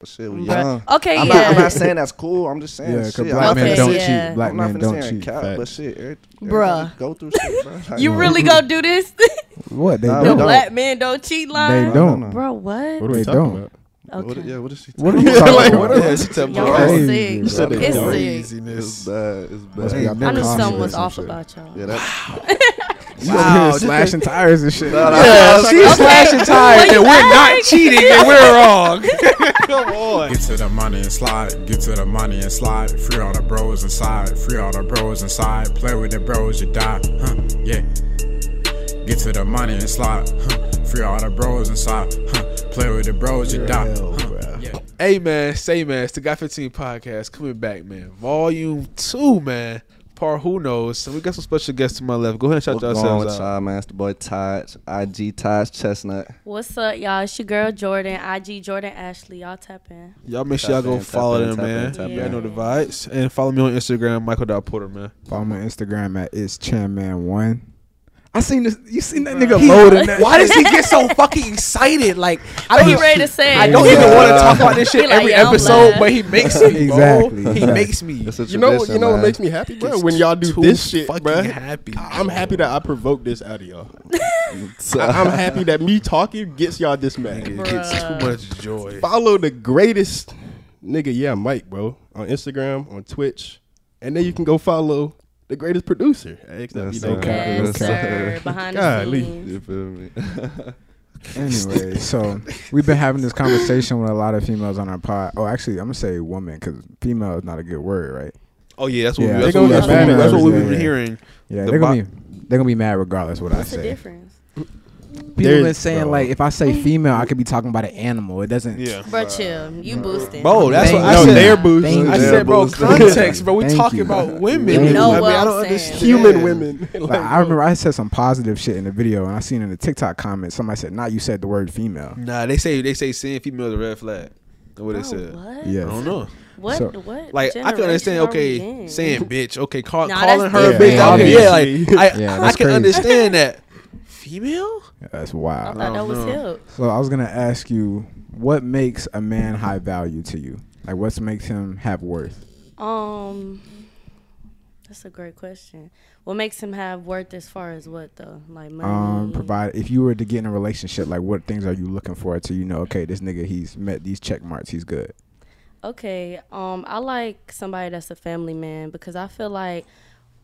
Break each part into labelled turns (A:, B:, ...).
A: But shit, we
B: Bruh.
A: young.
B: Okay,
A: I'm,
B: yeah.
A: not, I'm not saying that's cool. I'm just saying.
C: Yeah, because
A: shit,
C: black
A: I'm
B: Okay,
C: men don't
B: yeah.
C: cheat. Black
A: I'm not
C: men
A: finna
C: don't
A: say
C: cheat.
A: cap,
C: Facts.
A: but shit, every-
B: Bruh.
A: everybody go through shit, bro. Like,
B: you really gonna do this?
C: What they
A: Nah,
B: the
A: don't.
C: don't?
B: black men don't cheat line.
C: They don't.
A: No, no, no.
B: Bro, what?
D: What are we
C: They
D: talking
C: don't.
D: about?
B: Okay.
A: What, yeah, what is she?
C: What are
A: talking
C: you
A: about?
C: talking
D: like,
C: about?
D: what are-
B: Y'all
C: Crazy,
B: sick.
C: bro.
A: said
B: It's
A: that
B: sick.
A: It's bad. It's
C: Must be
A: bad.
C: out
B: I knew something
C: Mental confidence
B: was
C: and
B: off
C: shit.
B: about y'all.
A: Yeah, that,
C: You over here slashing tires and shit.
A: Nah, nah.
C: yeah,
A: Okay.
C: she's slashing tires.
B: Wait,
C: and
B: what?
C: we're not cheating and we're wrong.
E: Get to the money and slide, get to the money and slide. Free all the bros inside, free all the bros inside. Play with the bros, you die, huh? Yeah. Get to the money and slide, huh? Free all the bros inside, huh? Play with the bros, you die. Huh? Yeah.
F: Hey man, say man, it's the Guy 15 podcast coming back, man. Volume two, man. Par who knows? And we got some special guests to my left. Go ahead and shout
A: What's going on with
F: yourselves out.
A: y'all, man? It's the boy Todd, IG Todd Chestnut.
B: What's up, y'all? It's your girl Jordan, IG Jordan Ashley. Y'all tap in.
F: Y'all make sure
A: Tap
F: y'all go
A: in, tap
F: follow
A: in,
F: them,
A: tap in,
F: man.
A: tap
F: Y'all
B: in.
F: know the vibes. And follow me on Instagram, Michael.porter, man.
C: Follow my Instagram at it's chanman one. I seen this. You seen that nigga
F: He-
C: loading that?
F: Why does he get so fucking excited? Like I
B: He
F: don't,
B: ready to say it.
F: I don't even want to talk about this shit
B: He like,
F: every
B: "Yeah, I'm
F: episode,
B: black."
F: but he makes me.
C: Exactly,
F: Bro. He
C: exactly.
F: makes me.
A: It's a
D: You know,
A: tradition,
D: you know what
A: man.
D: makes me happy, bro?
F: Gets
D: When y'all do
F: too
D: this shit,
F: fucking
D: bro.
F: happy,
D: I'm
F: bro.
D: happy that I provoked this out of y'all. I- I'm happy that me talking gets y'all this mad.
F: It's too
B: Bruh.
F: much joy.
D: Follow the greatest nigga, yeah, Mike, bro, on Instagram, on Twitch, and then you can go follow the greatest producer. at
A: That's
D: XWD.
A: so Okay,
B: Yes,
A: okay.
B: sir. Behind the
D: Golly.
B: scenes.
A: You feel me?
C: Anyway, so we've been having this conversation with a lot of females on our pod. Oh, actually, I'm gonna say woman because female is not a good word, right?
F: Oh yeah, that's what
C: Yeah,
F: we, that's
D: they
F: what,
D: gonna
F: that's
D: get
F: what, we,
D: mad
F: that's
D: at
F: what
D: us,
F: we've
C: yeah,
F: been
C: yeah.
F: hearing.
C: Yeah,
F: The
C: they're gonna
F: bo-
C: be they're gonna be mad regardless what
B: What's
C: I
B: the
C: say.
B: difference?
C: People been
D: There's-
C: saying
D: bro.
C: like if I say female, I could be talking about an animal. It doesn't.
F: Yeah.
B: Bro, chill. You boosting.
F: Bro, that's
C: Thank
F: what I
C: you.
F: said.
D: they're boosting.
C: Thank
F: I
C: you.
F: said, bro,
A: Thank
F: context,
C: you.
F: bro. We
C: Thank
F: talking
C: you.
F: about women.
C: You know
F: I mean,
B: what
F: I
B: I'm
F: don't
B: saying.
F: understand.
D: Human women. Like,
C: Like, I remember I said some positive shit in the video, and I seen in the TikTok comments somebody said, "Nah, you said the word female."
F: Nah, they say they say seeing female is a red flag. That's what
B: Bro,
F: they said.
B: What?
C: Yeah.
F: I don't know.
B: What?
C: So-
B: what?
F: Like I can
B: generation
F: understand.
B: are we
F: Okay,
B: in?
F: saying bitch. Okay, call,
B: Nah, that's
F: calling her a
C: different.
F: bitch. Yeah, okay, yeah like
D: Obviously.
F: I,
C: Yeah,
F: I
C: that's
F: can
C: crazy.
F: understand that. Female?
C: That's
B: I
C: wild.
B: thought that was
F: no.
B: hip.
C: So I was gonna ask you, what makes a man high value to you? Like, what makes him have worth?
B: Um, that's a great question. What makes him have worth as far as what though? Like money.
C: Um, provide if you were to get in a relationship, like what things are you looking for to you know? Okay, this nigga he's met these check marks, he's good.
B: Okay. Um, I like somebody that's a family man because I feel like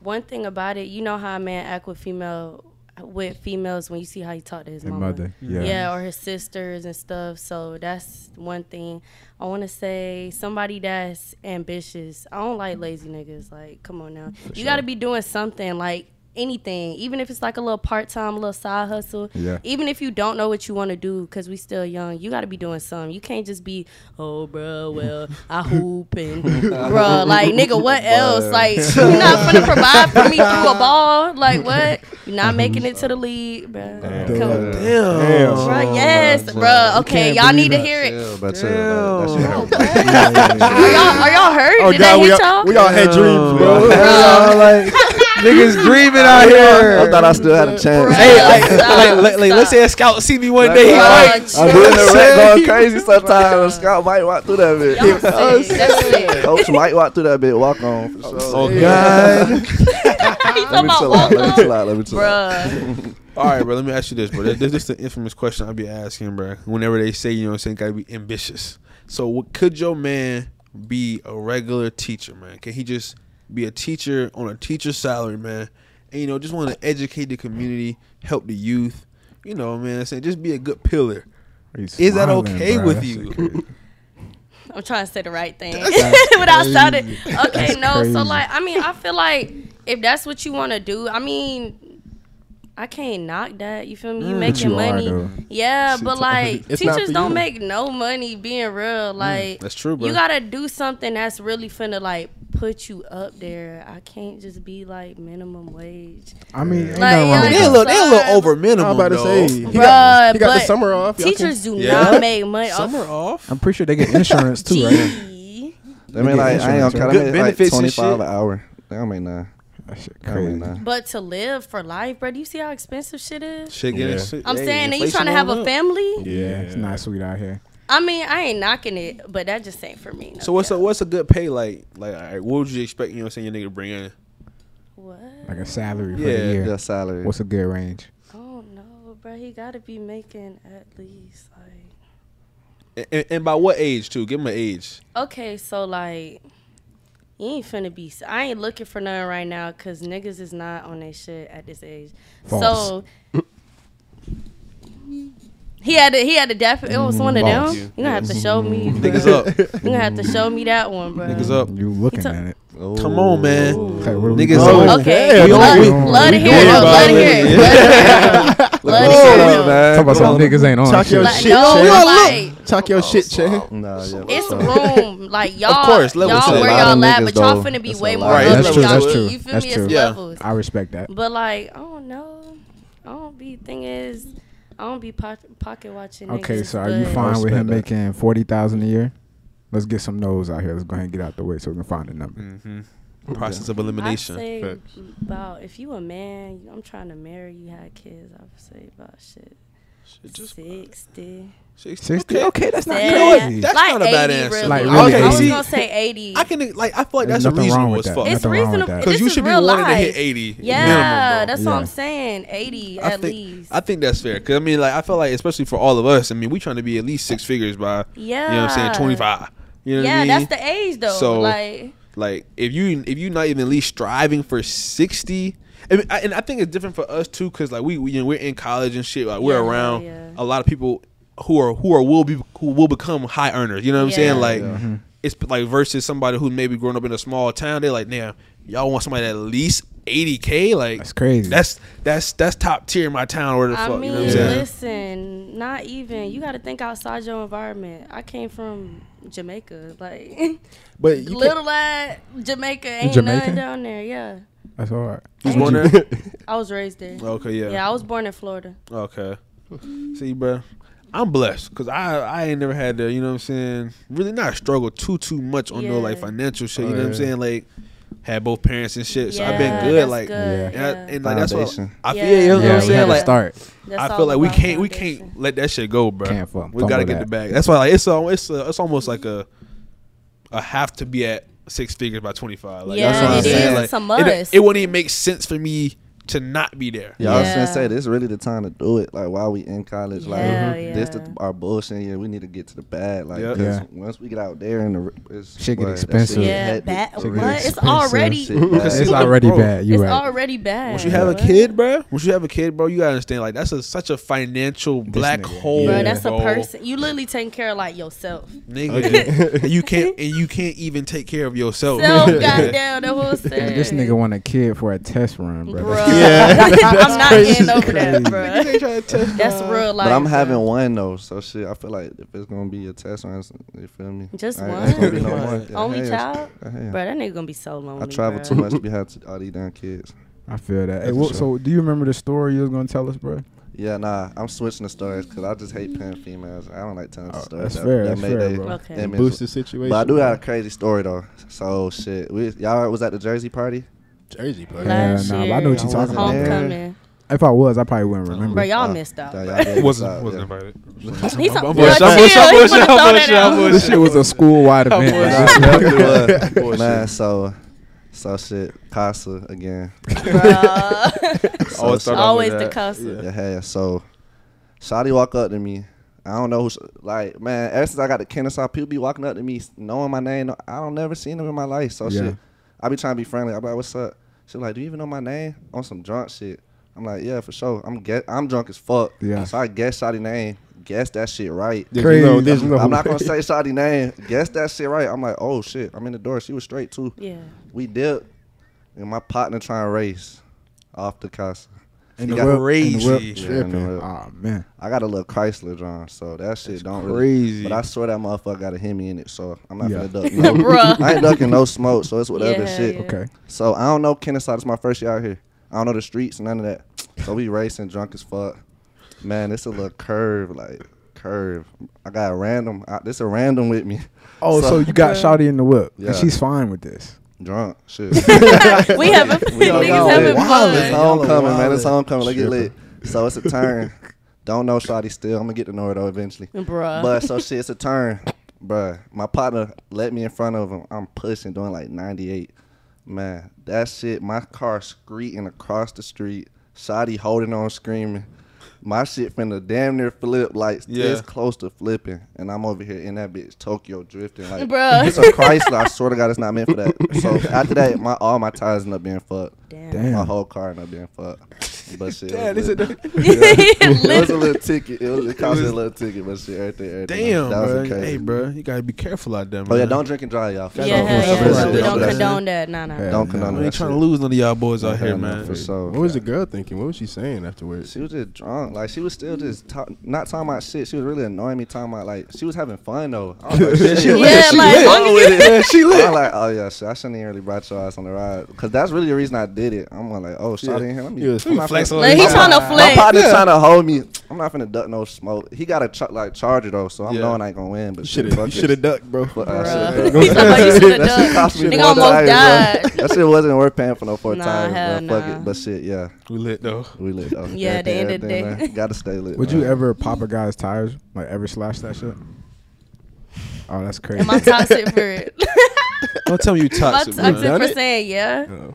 B: one thing about it, you know how a man act with female with females when you see how he talk to his
C: And
B: mama.
C: mother, yeah.
B: or his sisters and stuff. So that's one thing. I want to say somebody that's ambitious. I don't like lazy niggas. Like, come on now, you got to be doing something like anything, even if it's like a little part time, little side hustle.
C: Yeah.
B: Even if you don't know what you want to do, because we still young, you got to be doing something. You can't just be, oh, bro, well, I hoop and, bro, like, nigga, what else? Like, you're not gonna provide for me through a ball. Like, what? You're not making it to the league, bro. Come on.
C: Damn.
B: Oh, Bruh, yes, bruh. Okay, y'all need to hear it.
A: Chill, but chill, but that shit
F: Damn.
A: happened.
B: Are y'all, are y'all hurt?
D: oh
B: Did that
D: God, we
B: hit
D: all,
B: y'all?
D: we all had dreams, bro.
F: Niggas dreaming out here.
A: I thought I still had a chance.
F: Hey, like,
B: Stop,
F: like, like, like, let's say a scout see me one day. He
A: Like,
F: like,
A: I'm doing the rap going crazy sometimes. A scout might walk through that bit.
B: Y'all sick. That's sick.
A: Coach might walk through that bit. Walk on. For sure.
F: oh
A: God.
B: He
A: Let
B: talking
A: me
B: about
A: chill out. Let me
B: Walker.
A: chill out. Let me chill out.
B: Bruh.
F: All right, bro. Let me ask you this, bro. This, this is the infamous question I be asking, bro. Whenever they say, you know, what I'm saying, gotta be ambitious. So, what, could your man be a regular teacher, man? Can he just be a teacher on a teacher's salary, man? And you know, just want to educate the community, help the youth. You know, man. I'm saying, just be a good pillar. Is that okay with you?
B: I'm trying to say the right thing without sounding. Okay,
C: That's
B: no.
C: crazy.
B: So like, I mean, I feel like if that's what you want to do, I mean, I can't knock that. You feel me? You
D: Mm.
B: making
C: you are,
B: money,
C: though.
B: yeah. But like,
D: It's not
B: teachers
D: for
B: don't
D: you. Mm,
B: make no money. Being real, like
F: That's true, bro.
B: You gotta do something that's really finna like put you up there. I can't just be like minimum wage.
C: I mean, ain't
B: Like,
C: nothing wrong
B: yeah,
C: with
F: They a
C: that.
F: little, they a little
B: Sorry.
F: over minimum.
D: I'm about to
F: though.
D: say he
B: Bruh,
D: got, he got the
B: but
D: summer off. Y'all can-
B: Teachers do
F: Yeah.
B: not make money. off
F: Summer off.
C: I'm pretty sure they get insurance too, right?
B: Gee.
A: I mean, like, I ain't gonna cut. I
F: Good
A: mean, like
F: benefits and
A: 25 an
F: shit.
A: hour. I mean, nah.
C: That shit
A: I mean,
C: crazy.
A: nah.
B: But to live for life, bro, do you see how expensive shit is?
F: Shit, getting
D: Yeah.
F: shit-
B: I'm
F: hey,
B: saying, are you
F: inflation
B: trying to have
F: going
B: a
F: up.
B: family?
C: Yeah, it's not sweet out here.
B: I mean, I ain't knocking it, but that just ain't for me. no
F: So what's
B: cap.
F: a what's a good pay like? Like, all right, what would you expect? You know, what I'm saying your nigga bring in.
B: What?
C: Like a salary for
F: Yeah,
C: the year.
A: Your salary.
C: What's a good range?
B: Oh no, bro. He gotta be making at least like.
F: And- And, and by what age too? Give him an age.
B: Okay, so like, you ain't finna be. I ain't looking for nothing right now, cause niggas is not on their shit at this age. So.
C: False.
B: He had a, he had a definite. It was one of them.
C: False.
B: You gonna have to show me.
F: Mm-hmm. Niggas
B: bruh.
F: up.
B: You gonna have to show me that one, bro.
F: Niggas up.
C: You looking
B: It's a-
C: at it?
F: Come on, man.
C: Like, what are we
F: Niggas
C: doing?
F: up.
B: Okay,
F: We
B: love,
F: on-
C: we-
B: love to
C: we
B: hear it.
F: doing
B: though, Love to hear
F: it.
B: it. Love to hear it. Love to hear it. though.
C: Talk about some niggas ain't on
D: Talk
C: shit.
D: your
B: Like,
D: shit,
B: no,
D: Chan.
B: like,
D: Talk your shit, Chan.
A: Nah, yeah.
B: it's
A: so-
B: room. Like y'all,
F: course,
B: y'all
F: levels. It's a
B: where
A: lot
B: y'all
A: of
B: at,
A: niggas,
B: but y'all
A: though.
B: finna be
A: It's
B: way
A: a
B: more
A: lot.
F: Right,
B: up
F: that's
B: than
F: true,
B: y'all
F: that's
B: be.
C: true,
B: You feel
C: that's
B: me?
C: true.
B: It's
F: Yeah.
B: levels.
C: I respect that.
B: But like, I don't know. I don't be. Thing is, I don't be po- pocket watching.
C: Okay,
B: niggas,
C: so are you
B: but-
C: fine with him
A: Respect that.
C: making forty thousand a year? Let's get some no's out here. Let's go ahead and get out the way so we can find a number.
F: Mm-hmm. Process of
B: I'd
F: elimination.
B: say
D: Facts.
B: about if you a man, you- I'm trying to marry you, had kids. I would say about shit
F: Shit, just-
B: sixty.
C: Sixty? Okay, that's not
B: Yeah.
C: crazy.
F: That's
B: like
F: not a bad
B: 80,
F: answer.
B: Really.
C: Like,
B: I was-
C: really.
B: I was
C: See,
B: gonna say eighty.
F: I can like I feel like
C: There's
F: that's
C: nothing wrong
F: reasonable
C: with
F: as
C: that.
F: fuck.
B: it's
C: nothing wrong with
B: reasonable
C: that.
B: This
F: Because you
B: is
F: should be
B: real
F: wanting to
B: life.
F: hit eighty.
B: Yeah,
F: minimum, bro.
B: that's what
C: Yeah.
B: I'm saying. Eighty
F: I
B: at
F: think,
B: least.
F: I think that's fair. Because I mean, like I feel like especially for all of us, I mean, we trying to be at least six figures by
B: yeah.
F: you know what I'm saying twenty five. You know
B: yeah,
F: what I mean?
B: that's the age though.
F: So-
B: like
F: Like if you if you not even at least striving for sixty, I mean, I, and I think it's different for us too because like we, we you know, we're in college and shit. Like we're
B: Yeah,
F: around
B: yeah.
F: a lot of people who are who are will be who will become high earners. You know what I'm saying?
B: Yeah. Mm-hmm.
F: Like
A: Yeah.
F: it's like versus somebody who maybe growing up in a small town. They're like, damn, y'all want somebody at least eighty k? Like
C: That's crazy.
F: That's that's that's top tier in my town. Where the
B: I
F: fuck?
B: mean,
F: you know what I'm
C: Yeah.
F: saying?
B: listen, not even. You got to think outside your environment. I came from Jamaica, like
D: But you can't-
B: little at Jamaica ain't none
C: Jamaican?
B: down there. Yeah,
C: That's all right.
F: He's born there.
B: I was raised there.
F: Okay,
B: yeah.
F: Oh, yeah.
B: I was born in Florida.
F: Okay. See, bro, I'm blessed because I I ain't never had to, you know what I'm saying. Really not struggle too too much on no like
B: Yeah.
F: financial shit.
D: Oh,
F: you know what I'm
D: yeah.
F: saying? Like had both parents and shit, so I've
B: Yeah,
F: been good.
B: that's
F: Like
B: good,
F: and, I-
B: yeah.
F: and, like that's what
A: Foundation.
F: I feel.
B: Yeah.
F: You know
B: Yeah,
F: what I'm
C: we had
F: saying?
C: to
F: Like
C: start.
B: That's
F: I
B: all
F: feel like we
B: about
F: can't we
B: foundation.
F: can't let that shit go, bro.
C: Can't fuck-
F: we gotta
C: fumble
F: get
C: that.
F: it back. That's why like it's a, it's a, it's almost like a a have to be at six figures by 25. Like, that's
B: Yeah,
F: what I'm
A: it
F: saying.
A: is.
F: Like,
B: It's a
F: It,
B: must.
F: it wouldn't even make sense for me to not be there.
A: Yeah, I was gonna
B: Yeah.
A: say this is really the time to do it. Like while we in college, like
B: Yeah,
A: this the,
B: yeah.
A: our bullshit year. We need to get to the bad. Like
F: Yep.
A: 'cause
C: Mm-hmm. Yeah.
A: once we get out there and the it's,
C: Shit get
A: boy, that
C: expensive.
A: get
B: Yeah,
A: hectic.
B: bad.
A: For
C: get
A: real.
B: What? It's
C: expensive.
B: already.
A: Shit bad.
F: Because
C: It's
F: see, look,
C: already
F: bro,
C: bad. You
B: it's
C: right.
B: already bad.
F: Once you have a
B: bruh.
F: kid, bro, once you have a kid, bro, you gotta understand like that's a, such a financial black
C: nigga.
F: hole,
B: Bro,
C: Yeah.
B: that's a
F: bro.
B: person. You literally taking care of like yourself.
F: nigga. and you can't and you can't even take care of yourself.
B: Self, goddamn, the whole thing.
C: Nigga, This nigga want a kid for a test run, bro.
B: Bruh.
D: Yeah.
B: I'm not getting
D: That's
B: over that,
C: crazy.
B: bruh. That's real life.
A: But I'm having
B: bruh.
A: one though, so shit. I feel like if it's gonna be a test run, it's- you feel me?
B: Just
A: I-
B: one?
A: it's gonna be no more. Yeah,
B: only
A: hell yeah.
B: child,
A: Yeah, hell yeah.
B: bruh, That nigga gonna be so lonely.
A: I travel
B: bruh.
A: too much to be had to all these damn kids.
C: I feel that. Hey,
A: That's
C: well,
A: for
C: So,
A: sure.
C: do you remember the story you was gonna tell us, bro?
A: Yeah, nah, I'm switching the stories because I just hate paying females. I don't like telling
C: Oh,
A: the stories.
C: that's fair, that's
A: made
C: fair,
A: they-
C: bro.
B: Okay.
A: they
B: And
A: miss-
D: boost the situation.
A: But I do have a crazy story though. So shit, we y'all was at the Jersey party.
D: Jersey player.
B: Last
C: nah, but
B: year,
C: I know what you're
A: I
C: talking
A: wasn't
C: about.
A: there.
B: Homecoming,
C: If I was, I probably wouldn't remember.
B: bro. Y'all
A: Uh,
B: missed out.
A: yeah,
B: bruh.
A: y'all did.
F: Wasn't
A: Yeah.
F: wasn't invited.
B: He's a-
F: I'm
B: you're
F: bullshit. I'm
B: chill,
F: bullshit.
B: he
F: I'm bullshit.
B: wanna
F: I'm
B: throw
F: bullshit.
B: that
F: I'm
B: out.
C: This shit was a school wide event.
A: Nah,
C: bro.
A: it was. Nah, so so shit, Casa again.
B: Bruh.
A: So, shit.
F: start off
B: Always
F: with
B: the
F: that.
B: cussing.
A: Yeah, hell yeah. So, Shotty walk up to me. I don't know who, sh- like, man, ever since I got to Kennesaw, people be walking up to me knowing my name. I don't never seen them in my life. So,
C: Yeah.
A: shit, I be trying to be friendly. I be like, what's up? She like, do you even know my name? On some drunk shit. I'm like, yeah, for sure. I'm get, I'm drunk as fuck.
C: Yeah.
A: So I guess Shotty name. Guess that shit right.
D: Did
C: Crazy.
D: you know? Did you know?
A: I'm not gonna say Shotty name. Guess that shit right. I'm like, oh shit. I'm in the door. She was straight too.
B: Yeah.
A: We dipped, and my partner trying to race off the casa. He
C: In the
A: got-
C: whip, in the whip.
F: Crazy.
A: Yeah, in the whip.
C: Oh man,
A: I got a little Chrysler John, so that shit don't
F: crazy.
A: really. But I swear that motherfucker got a Hemi in it, so I'm not
C: Yeah.
A: gonna duck. No,
B: Bruh.
A: I ain't ducking no smoke, so it's whatever
B: Yeah,
A: shit.
B: yeah.
C: okay.
A: So I don't know Kennesaw. This my first year out here. I don't know the streets, none of that. So we racing, drunk as fuck. Man, it's a little curve, like curve. I got a random. I, this a random with me,
C: Oh, so,
A: So-
C: you got Shotty in the whip,
A: Yeah.
C: and she's fine with this.
A: drunk shit.
B: we having
A: We
B: niggas
A: don't know.
B: having
A: Wow,
B: fun.
A: It's homecoming, man. It's homecoming. Let's get lit. So it's a turn. Don't know Shotty still. I'm gonna get to know her though eventually.
B: Bruh.
A: But so shit, it's a turn. Bruh, my partner let me in front of him. I'm pushing, doing like 98. Man, that shit, my car screeting across the street. Shotty holding on, screaming. My shit finna damn near flip, like
F: Yeah.
A: this close to flipping. And I'm over here in that bitch Tokyo drifting. Like,
B: Bruh.
A: it's a Chrysler. I swear to God, it's not meant for that. So after that, my all my tires end up being fucked.
B: Damn.
A: My
C: Damn.
A: whole car ended up being fucked. But shit. it
D: Damn,
A: was
D: this is
A: lit.
D: the-
A: It was
B: Literally.
A: a little ticket. It, was, it cost me a little ticket, but shit, everything, everything.
F: Damn,
A: that was
F: bro.
A: okay.
F: Hey, bro, you gotta be careful out there, man.
A: Oh yeah, don't drink and drive, y'all. For
B: yeah,
A: sure.
B: hell
A: For sure.
B: yeah. no, we
A: Don't
B: don't
A: do that
B: condone that. Nah, nah.
A: shit. Don't
C: Yeah,
A: condone
F: I
A: that
F: ain't trying to
A: shit.
F: lose none of y'all boys out here,
A: Hell no,
F: man.
A: For sure.
D: What was the girl thinking? What was she saying afterwards?
A: She was just drunk. Like she was still just talk, not talking about shit. She was really annoying me. Talking about like she was having fun though. I was like, shit,
B: Yeah,
A: what's
B: like,
A: wrong
B: long as
A: with it?
D: Yeah, she
A: I'm like, oh yeah, shit, I shouldn't even really brought your ass on the ride because that's really the reason I did it. I'm like, oh, shot in here. Let me,
D: Yeah, she
A: I'm
D: was
A: not
F: flexing
A: finna-
B: Like, he's trying to
A: My
B: flex.
A: partner's trying to hold me. I'm not finna duck no smoke. He got a ch- like charger though, so I'm
F: Yeah.
A: knowing I ain't gonna win. But
D: Should
A: shit, fuck
D: have,
A: it.
D: should have ducked, bro.
A: But, uh,
B: Bruh.
A: shit,
B: He's like, you
A: That shit
B: should have done.
A: cost me
B: Nigga
A: four
B: almost
A: tires,
B: died.
A: bruh. That shit wasn't worth paying for no four
B: Nah,
A: tires,
B: hell
A: bruh. Fuck
B: nah.
A: it. But shit, yeah,
F: We lit though.
A: we lit though.
B: Yeah, at the end of the
A: Everything,
B: day.
A: man. gotta stay lit.
C: Would
A: man.
C: you ever pop a guy's tires? Like ever slash that shit? Oh, that's crazy.
B: Am I toxic for it?
F: Don't tell me you
B: Am I
F: toxic,
B: toxic
F: man.
D: done
B: for
D: it?
B: saying yeah?
D: Uh,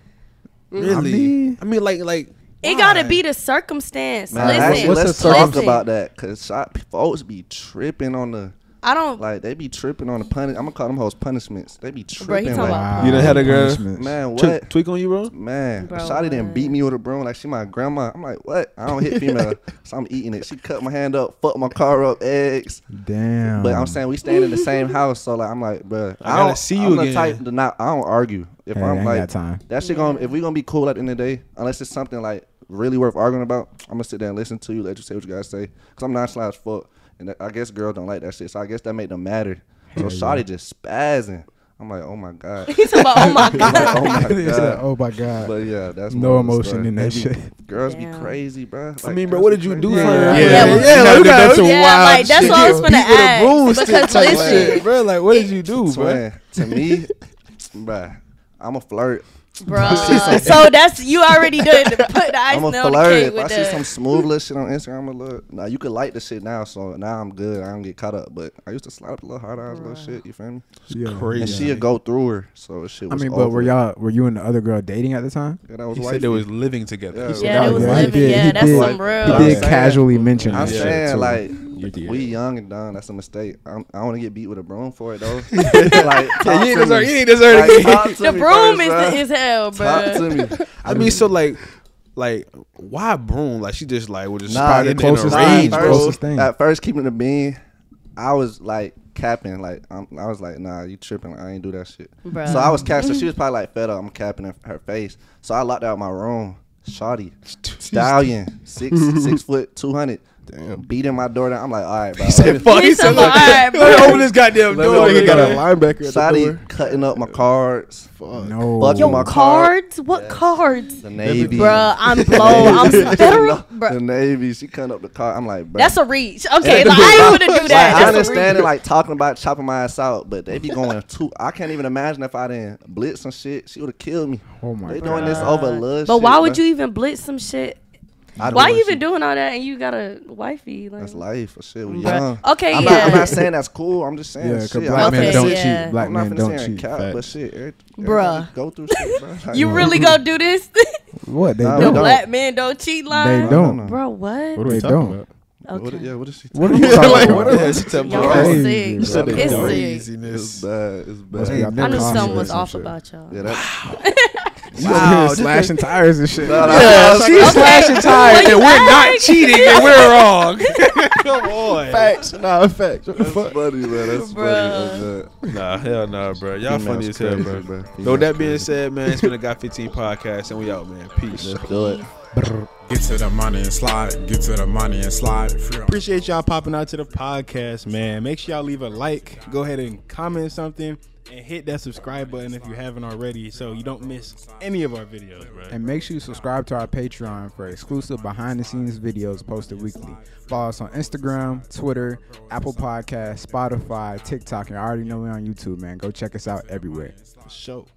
F: Really? I mean,
C: mean-
F: like, like
B: It gotta
F: why?
B: be the circumstance.
A: Man,
B: listen,
A: actually,
C: What's
A: let's
C: the
A: talk
B: listen.
A: about that because folks be tripping on the
B: I don't.
A: like they be tripping on the punish. I'm gonna call them hoes punishments. They be
B: he
A: tripping.
B: talking
A: like,
B: about
F: You done had a girl-
C: punishments.
A: man,
F: Twe-
A: what?
F: tweak on you, bro.
A: Man,
B: Bro,
A: Shotty didn't
B: what?
A: beat me with a broom like she my grandma. I'm like, what? I don't hit female, so I'm eating it. She cut my hand up, fucked my car up, eggs.
C: Damn.
A: But I'm saying we staying in the same house, so like I'm like, bruh,
F: I gotta
A: don't
F: see
A: I'm
F: you
A: the
F: again.
A: type to not. I don't argue if
C: Hey, I
A: I'm
C: ain't
A: like
C: got time.
A: that shit. Gonna if we gonna be cool at the end of the day, unless it's something like really worth arguing about, I'm gonna sit there and listen to you, let you say what you gotta say, cause I'm nonchalant as fuck, and that- I guess girls don't like that shit, so I guess that make them matter. So Shotty just spazzing. I'm like, oh my god.
B: He's talking about oh my
A: I'm
B: god.
A: like, oh my
C: It's like,
A: god.
C: oh my god.
A: But yeah, that's
C: No
A: more of the
C: emotion
A: story.
C: in that
A: They be-
C: shit.
A: Girls be
B: Damn.
A: crazy, bro.
F: I mean, bro, what did you do for her?
C: Yeah.
D: Yeah,
B: well,
D: yeah,
F: like,
D: like,
F: that's a
B: yeah,
F: wild
B: like that's
F: shit.
B: what I was
F: Beat
B: gonna
F: with a broom
B: ask.
F: stick
B: Because
F: type
B: listen,
F: shit, bro. Like, what did you do, bro?
A: Twin, to me, bruh, I'm a flirt.
B: bruh. so that's you already did put the
A: I'm
B: icing
A: a
B: on the
A: flirt.
B: cake
A: If I
B: with
A: see some
B: the.
A: smooth little shit on Instagram, I'm a little. Now you could like the shit now, so now I'm good. I don't get caught up. But I used to slide up a little hard eyes, little shit. You feel me?
C: Yeah.
A: And
F: Crazy.
A: she'd go through her, so shit
C: I
A: was.
C: mean, but
A: over.
C: were y'all were you and the other girl dating at the time?
A: Yeah, that was
F: He
A: wifey.
F: said they was living together.
A: Yeah.
B: Yeah,
A: Yeah,
B: it was
A: yeah, he
B: living.
C: did,
B: Yeah,
C: he
B: that's
C: did.
B: some
C: He
A: I'm
C: did
B: real.
A: saying-
C: casually mention
A: I'm
C: that shit,
A: saying
C: too.
A: like
D: did.
A: we young and dumb. That's a mistake. I'm, I want to get beat with a broom for it though. like talk
F: You
A: to
F: ain't deserve.
A: me.
F: You ain't deserve to
A: Like,
F: be-
A: talk to
B: The
A: me
B: broom
A: first,
B: is
A: bruh.
B: the, is hell,
A: Talk to
B: bruh.
A: me.
F: I mean, so like, like, why broom? Like, she just like was just
A: Nah,
F: nah,
A: the
F: in, in a
C: closest
A: Nah,
C: thing,
F: rage,
A: at
C: bro.
A: first-
F: bro.
C: Closest thing.
A: At first, keeping the bean, I was like capping, like I'm, I was like, "Nah, you tripping? I ain't do that shit."
B: Bruh.
A: So I was capping. So she was probably like fed up. I'm capping in her face. So I locked out my room. Shotty, stallion, six six foot, two hundred,
D: Damn.
A: beating my door down. I'm like, all right, bro.
F: Fuck, he
B: He's
F: said,
B: talking about, all
F: like,
B: right,
F: let me
B: bro.
F: open this goddamn
D: That
F: door.
D: nigga got a
F: nigga.
D: linebacker at the door.
A: Shotty cutting up my cards.
C: no.
A: Fuck
B: Yo,
A: my card.
B: cards? What cards?
A: The navy,
B: Bruh, I'm blown. I'm
A: The
B: federal.
A: na-
B: Bruh.
A: The navy, she cutting up the car. I'm like, bro.
B: That's a reach. Okay,
A: And-
B: like, I ain't gonna do that.
A: Like, I
B: That's a
A: understand
B: reach.
A: it, like talking about chopping my ass out, but they be going too. I can't even imagine if I didn't blitz and shit. She would have killed me.
C: Oh my
A: They
C: god.
A: doing this over love.
B: But
A: shit,
B: why would
A: bro.
B: you even blitz some shit?
A: I do
B: Why
A: that
B: you even
A: shit.
B: doing all that and you got a wifey? Like,
A: That's life. Or shit, we
B: Bruh.
A: young.
B: Okay,
A: I'm
B: yeah.
A: Not, I'm not saying that's cool. I'm just saying
C: Yeah, 'cause
A: shit.
C: black
A: I'm
B: Okay,
C: men don't
B: yeah.
C: cheat. Black
A: I'm not
C: men
A: finna
C: don't
A: say
C: cheat.
A: cap,
C: Facts.
A: but shit, every-
B: Bruh.
A: everybody go through shit, bro. Like,
B: you really gonna do this?
C: What they
A: Nah,
B: the
A: don't.
C: don't?
B: black men don't cheat line.
C: They don't.
A: no.
B: Bro, what?
D: What are we
C: They
D: talking
C: don't.
D: about?
A: What,
B: Okay.
A: yeah, what is she?
C: What are you talking
F: Like,
C: about?
F: what is that,
B: Y'all
F: bro?
B: are
C: Crazy,
B: sick.
C: bro.
D: said they
B: It's
D: don't.
B: sick.
A: It's
F: Craziness.
A: bad. It's
C: Must be
A: bad.
B: I
C: out there
B: knew
C: calling
B: something
C: you or
B: was
C: some
B: off
C: shit.
B: about y'all.
A: Yeah, that,
C: You over
F: Wow,
C: here slashing tires and shit.
A: Nah, nah.
F: Yeah,
A: Yeah,
F: she's
A: okay.
F: slashing tires,
B: Well,
F: and
B: you
F: we're not
B: asked.
F: cheating, and we're wrong. Come on.
D: Facts. Nah, facts. What the
A: that's
D: fuck?
A: funny, man. That's
B: Bruh.
A: funny.
F: Nah, hell no, bro. Y'all
A: Females
F: funny as hell,
A: crazy,
F: bro.
A: bro.
F: Though
A: Females
F: that being
A: crazy.
F: said, man, it's been a Got 15 podcast, and we out, man. Peace.
A: Let's do it.
E: Get to the money and slide. Get to the money and slide. Free on
D: Appreciate y'all popping out to the podcast, man. Make sure y'all leave a like, go ahead and comment something, and hit that subscribe button if you haven't already, so you don't miss any of our videos, bro.
C: And make sure you subscribe to our Patreon for exclusive behind the scenes videos posted weekly. Follow us on Instagram, Twitter, Apple Podcasts, Spotify, TikTok, and I already know we're on YouTube, man. Go check us out everywhere.
D: Show.